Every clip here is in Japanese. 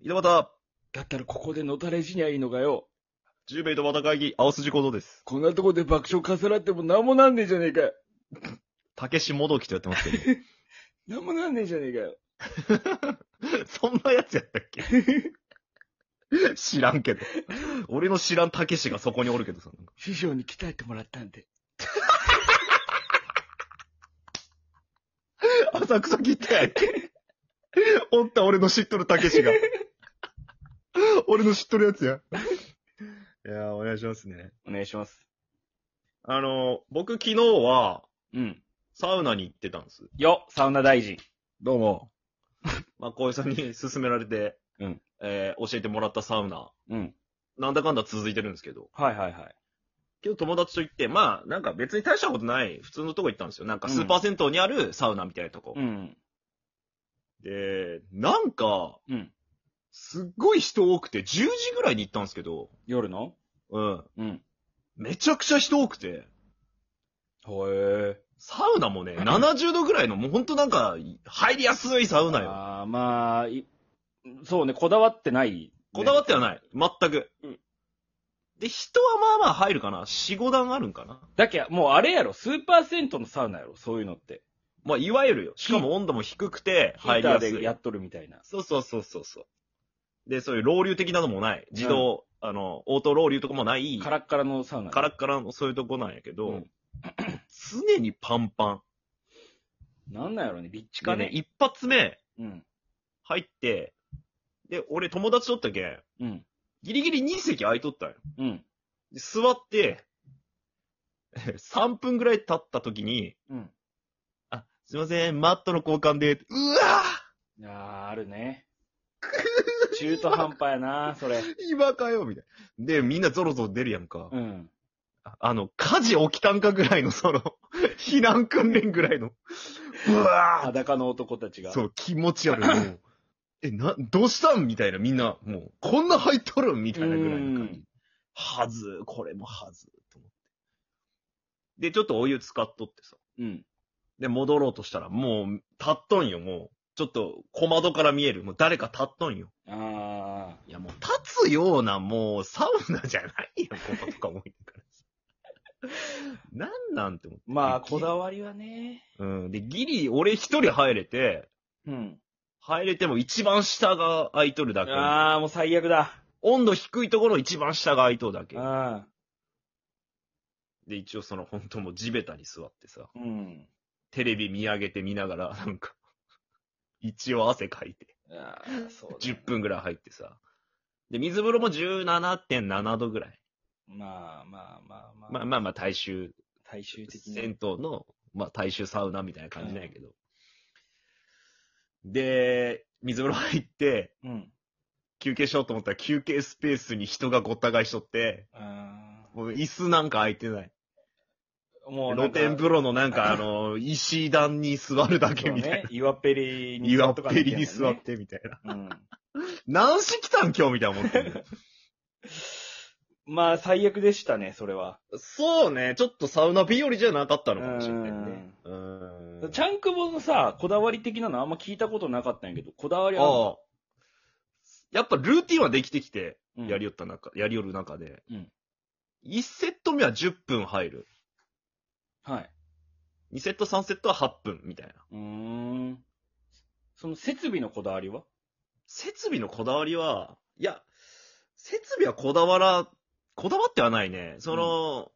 井戸端、だったらここでのたれ死にゃいいのかよ。十兵衛井戸端会議、青筋小僧です。こんなとこで爆笑かさらっても何もなんねえじゃねえかよ。竹しもどきとやってますけど。何もなんねえじゃねえかよ。 そんなやつやったっけ 知らんけど。俺の知らん竹しがそこにおるけどさ。師匠に鍛えてもらったんで。浅草切ったやんけ。おった俺の知っとる竹しが。 俺の知っとるやつや。いやー、お願いしますね。お願いします。あのー、僕昨日は、うん。サウナに行ってたんです。よ、サウナ大臣。どうも。まあ、小江さんに勧められて、うんえー教えてもらったサウナ、うん。なんだかんだ続いてるんですけど。はいはいはい。けど友達と行って、まあ、なんか別に大したことない普通のとこ行ったんですよ。なんかスーパー銭湯にあるサウナみたいなとこ。うん。で、なんか、うん。すっごい人多くて、10時ぐらいに行ったんですけど、夜のうん。うん。めちゃくちゃ人多くて、ほえサウナもね、70度ぐらいの、もうほんとなんか、入りやすいサウナよ。あーまあ、いそうね、こだわってない、こだわっってはない。全く。うんで、人はまあまあ入るかな。4、5段あるんかな。だけどもうあれやろ、スーパー銭湯のサウナやろ、そういうのって。まあ、いわゆるよ。しかも温度も低くて、ヒ入ーりターやすい。でやっとるみたいな。そうそうそうそうそう。で、そういうロウリュ的なのもない。自動、あの、オートロウリュとかもない。カラッカラのサウナ。カラッカラのそういうとこなんやけど、うん常にパンパン。なんなんやろね、立地でかね、ね。一発目うん。入って、で、俺友達とったけん、うん。ギリギリ2席空いとったんよ。うん。で座って、3分ぐらい経った時に、うん。あ、すいません、マットの交換で、うわあー、あるね。中途半端やな、それ。ー今かよみたいな。で、みんなゾロゾロ出るやんか。うん。あの、火事起きたんかぐらいの、 その、避難訓練ぐらいの、うわ裸の男たちーが。。そうう、気持ち悪 い。もうえ、な、どうしたんみたいな、みんな、もう、こんな入っとるみたいなぐらいの感うじん。はず、これもはず、と思って。で、ちょっとお湯使っとってさ。うん。で、戻ろうとしたら、もう、立っとんよ、もう。ちょっと、小窓から見える。もう誰か立っとんよ。あいや、もう、立つような、もう、サウナじゃないよ、こことか思いながらさ。 なんなんて思って。ー。まあ、こわだわりはね。うん。で、ギリ、俺一人入れて、うん。入れても一番下が空いとるだけ。あー、もう最悪だ。温度低いところ一番下が空いとるだけ。あで、一応その、本当もう地べたに座ってさ、ー。うん。テレビ見上げて見ながら、なんか、一応汗かいて、あー、そうだ、 10。分ぐらい入ってさ。で、水風呂も17.7度ぐらい。まあまあまあまあ。まあまあまあ、大衆、最終的に。銭湯の、まあ大衆サウナみたいな感じなんやけど。で、水風呂入って、うん。休憩しようと思ったら休憩スペースに人がごった返しとって、あもう椅子なんか空いてない。ー。もうな露んか、天風呂のなんかあ の、石段に座るだけそうみたいねな。。岩っぺりに岩っぺりに座座っっててみたいな。うん。何し来たん今日みたいな思ってる。まあ、最悪でしたね、それは。そうね、ちょっとサウナ日和じゃなかったのかもしれないね。うーん。ちゃんくぼのさ、こだわり的なのあんま聞いたことなかったんやけど、こだわりあるああ。やっぱルーティンはできてきて、うんやりよった中、やりよる中で。うん1セット目は10分入る。はい。 2セット3セットは8分みたいな。うーん。その設備のこだわりは設備のこだわりは、いや、設備はこだわら、こだわってはないね。その、うん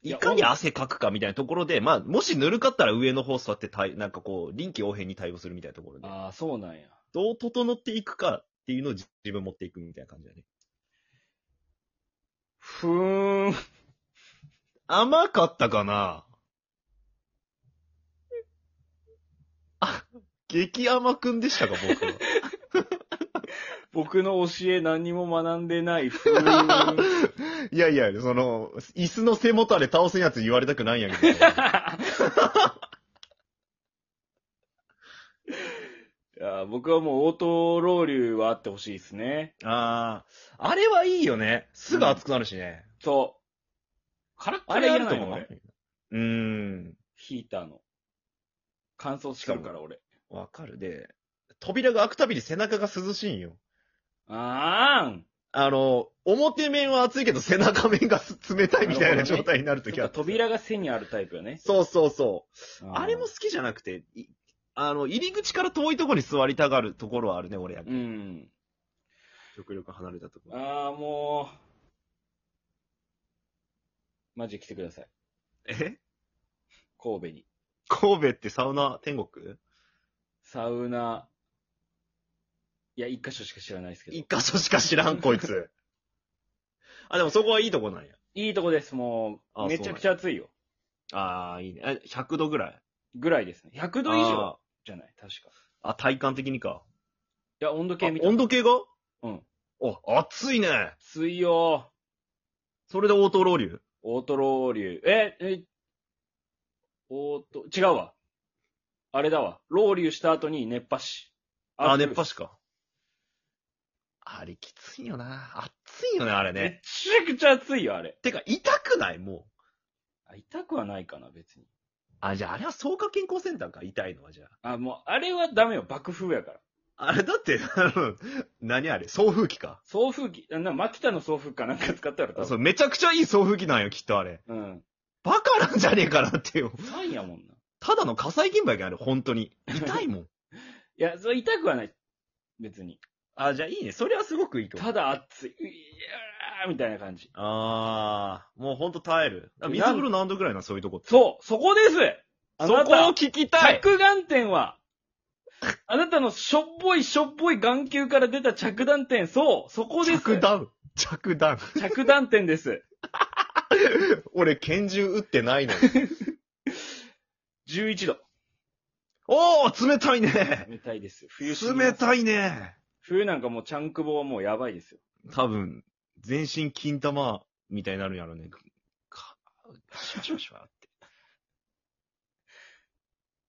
いいやかに汗かくかみたいなところで、まあ、もしぬるかったら上の方座って対、なんかこう、臨機応変に対応するみたいなところで、ああ、そうなんや。どう整っていくかっていうのを自自分持っていくみたいな感じだね。ふーん。甘かったかなあ、激甘くんでしたか、僕 は。僕の教え何も学んでない。ふ ーん。いやいや、その、椅子の背もたれ倒せんやつ言われたくないんやけど。いや僕はもうオートローリューはあってほしいですね。ああ、あれはいいよね。すぐ熱くなるしね。そう。カラッカあラれやあるるとと思思うう俺ね。うーん。ヒーターの。乾燥してるから俺。わかる。で、扉が開くたびに背中が涼しいんよ。あーん。あの、表面は熱いけど背中面がす冷たいみたいななるほどね状態になるそとっきあかる。扉が背にあるタイプよね。そうそうそう。あれも好ーきじゃなくて、いあの、入り口から遠いところに座りたがるところはあるね、俺やうん。極力離れたところ。ああ、もう。マジ来てください。え神戸に。神戸ってサウナ天国サウナ。いや、一箇所しか知らないですけど。い一箇所しか知らん、こいつ。 あ、でもそこはいいとこなんや。いとこです、もあう。めちゃくちゃ暑いよ。ああ、いいね。え100度ぐらい。ぐらいですね。100度以上じゃない確か。あーあ、体感的にか。いや、温度計見あた。温度計がうん。あ、暑いね。暑いよ。それで応答ロウリュオートロー流。え、え、オート、違うわ。あれだわ。ロー流した後に熱波師。あ、熱波師。師か。あれきついよな。暑いよね、あれめね。ちゃくちゃ暑いよ、あれ。てか、痛くないもあ痛くはないかな、別に。う。あ、じゃああれは草加健康センターか、痛いのはじゃあ。あ、もう、あれはダメよ。爆風やから。あれだって、 あの、何あれ送風機か。送風機、あな、牧田の送風機かなんか使ったら多そ分。う、めちゃくちゃいい送風機なんよ、きっとあれ。うん。バカなんじゃねえかなってよ。ファンやもんな。いただの火災金牌がある、本当に。痛いもん。や、それ痛くはない。別に。 あ、じゃあいいね。それはすごくいいと思う。ただ暑い。ういやーみたいな感じ。あー、もうほんと耐える。あ水風呂何度ぐらいな、そういうとこって。そう、そこですあそこをなた聞きたい着眼点は、あなたのしょっぽいしょっぽい眼球から出た着眼点、そう、そこです。着弾着弾着眼点です。俺、拳銃撃ってないのに。 11度。 おー冷たいね冷たいです。冬死にます冷たいね冬なんかもうチャンクボはもうやばいですよ。多分、全身金玉みたいになるんやろね。か、シュワシュワシュワって。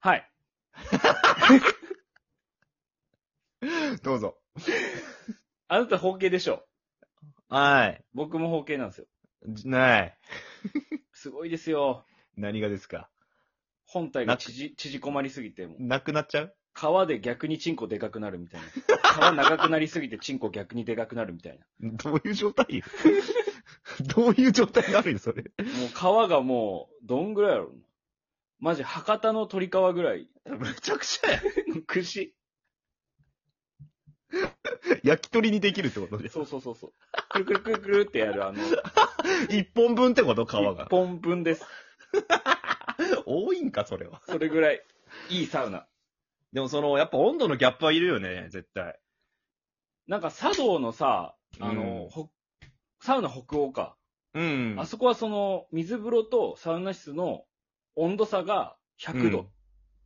はい。 どうぞ。あなた方形でしょ。はい。僕も方形なんですよ。じない。すごいですよ。何がですか本体が縮、縮こまりすぎて、もうなくなっちゃう皮で逆にチンコでかくなるみたいな。皮長くなりすぎてチンコ逆にでかくなるみたいな。どういう状態 よどういう状態になるよ、それ。もう皮がもう、どんぐらいやろうなマジ博多の鳥皮ぐらい。めちゃくちゃや。 串。 焼き鳥にできるってことで。そうそうそうそう。くるくるくるくるってやる、あの、一本分ってこと皮一が。本分です。多いんか、それは。それぐらい、いいサウナ。でもその、やっぱ温度のギャップはいるよね、絶対。なんか、茶道のさ、あうのん、ほサウナ北欧か。うんあそこはその、水風呂とサウナ室の温度差が100度うんって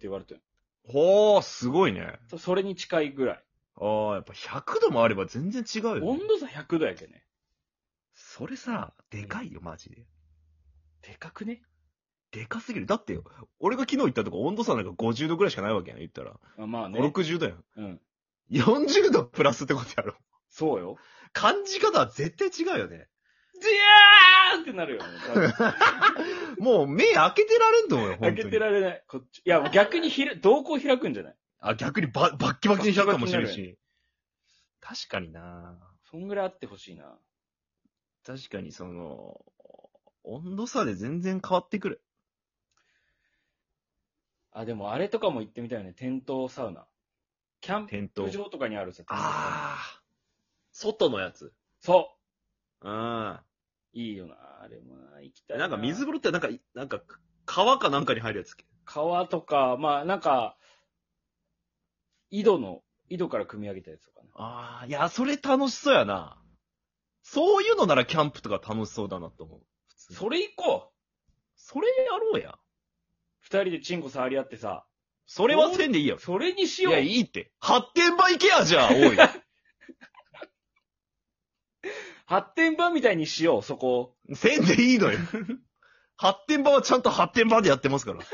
言われてる、ほー、すごいね。そそれに近いぐらい。あー、やっぱ100度もあれば全然違うよね、温度差100度やけね。それさ、でかいよ、マジで。でかくねでかすぎる。だってよ、俺が昨日行ったとこ温度差なんか50度ぐらいしかないわけやん、言ったら。あま5、あね。 60度やん。うん。 40度プラスってことやろ。そうよ。感じ方は絶対違うよね。じゃーってなるよ、 ね。多分もう目開けてられんと思うよ、本当開にけてられない。こっち。いや、逆にひら、瞳孔開くんじゃないあ、逆にババッキバキに開くかもしれんバッキし。確かになそんぐらいあってほしいな。確かにその、温度差で全然変わってくる。あ、でもあれとかも行ってみたいよね。テントサウナ。キャン点プ灯。場とかにあるさ、テントサウナ。ああ。外のやつ。そうん。なう。いいよな。あれもな。行きたいな。んか水風呂ってなんか、なんか、川かなんかに入るやつっけ川とか、まあなんか、井戸の、井戸から組み上げたやつとかね。ああ、いや、それ楽しそうやな。そういうのならキャンプとか楽しそうだなと思う。普通にそれ行こうそれやろうや。二人でチンコ触り合ってさ。それはせんでいいやろ。それにしいようや、いいって。発展場行けや、じゃあ、おい。発展版みたいにしよう、そこを。 せんでいいのよ。発展場はちゃんと発展場でやってますから。発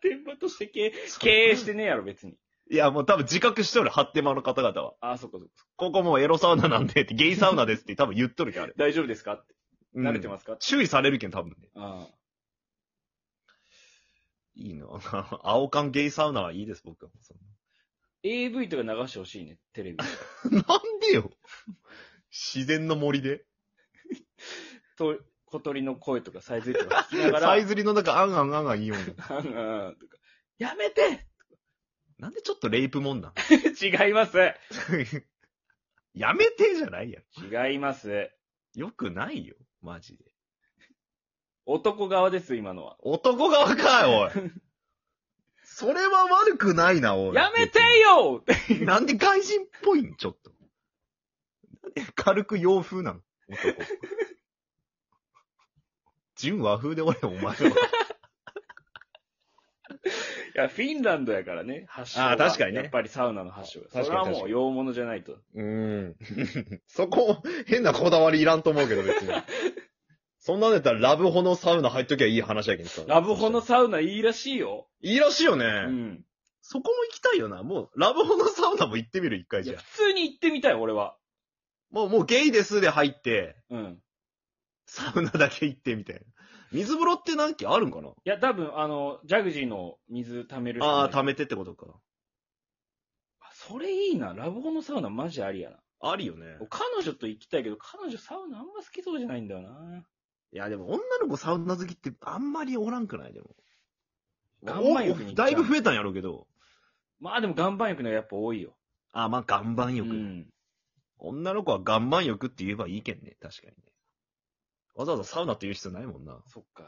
展版として経営経営してねえやろ、別に。いや、もう多分自覚しておる、発展場の方々は。あ、そっかそっか。ここもうエロサウナなんでって、ゲイサウナですって多分言っとる けん、あれ。大丈夫ですかって。慣れてす。ますかって。注意されるけん、多分ね。あ いいの。青缶ゲイサウナはいいです、僕は。その AV とか流してほしいね、テレ ビ。なんでよ。自然の森で。と、小鳥の声とか サイズとか聞きながら、さいずりの中、あんあんあんあん言いようよあのとかやめて なんでちょっとレイプもんなん 違いますやめてじゃないや違います。ん。よくないよ。マジで。男側です、今のは。男側か い、おい。それは悪くないな、おい。やめてよ なんで外人っぽいんちょっと。なんで軽く洋風なの男。純和風で俺、お前は。いや、フィンランドやからね、発祥あが。ー確かにねやっぱりサウナの発祥が。確かにそれは確もかうに洋物じゃないと。うん。そこ、変なこだわりいらんと思うけど、別に。そんなんだったらラブホのサウナ入っときゃいい話やけどさ。ラブホのサウナいいらしいよ。いいらしいよね。うん。そこも行きたいよな。もう、ラブホのサウナも行ってみる、一回いじゃや。普通に行ってみたい、俺は。もう、もうゲイですで入って、うん。サウナだけ行ってみたいな。水風呂って何機あるんかないや、多分、あの、ジャグジーの水溜める人ああ、溜めてってことか。それいいな。ラブホのサウナマジありやな。あるよね。彼女と行きたいけど、彼女サウナあんま好きそうじゃないんだよな。いや、でも女の子サウナ好きってあんまりおらんくないでも。岩盤浴に行っちゃうだいぶ増えたんやろうけど。まあでも岩盤浴の方がやっぱ多いよ。あ、まあ、岩盤浴、うん。女の子は岩盤浴って言えばいいけんね。確かにね。わざわざサウナって言う必要ないもんな。そっか。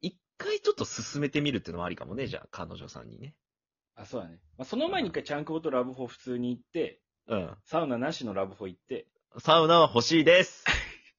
一回ちょっと進めてみるっていうのもありかもね、じゃあ、彼女さんにね。あ、そうだね。まあ、その前に一回ちゃんくぼとラブホ普通に行って、うん。サウナなしのラブホ行って、サウナは欲しいです。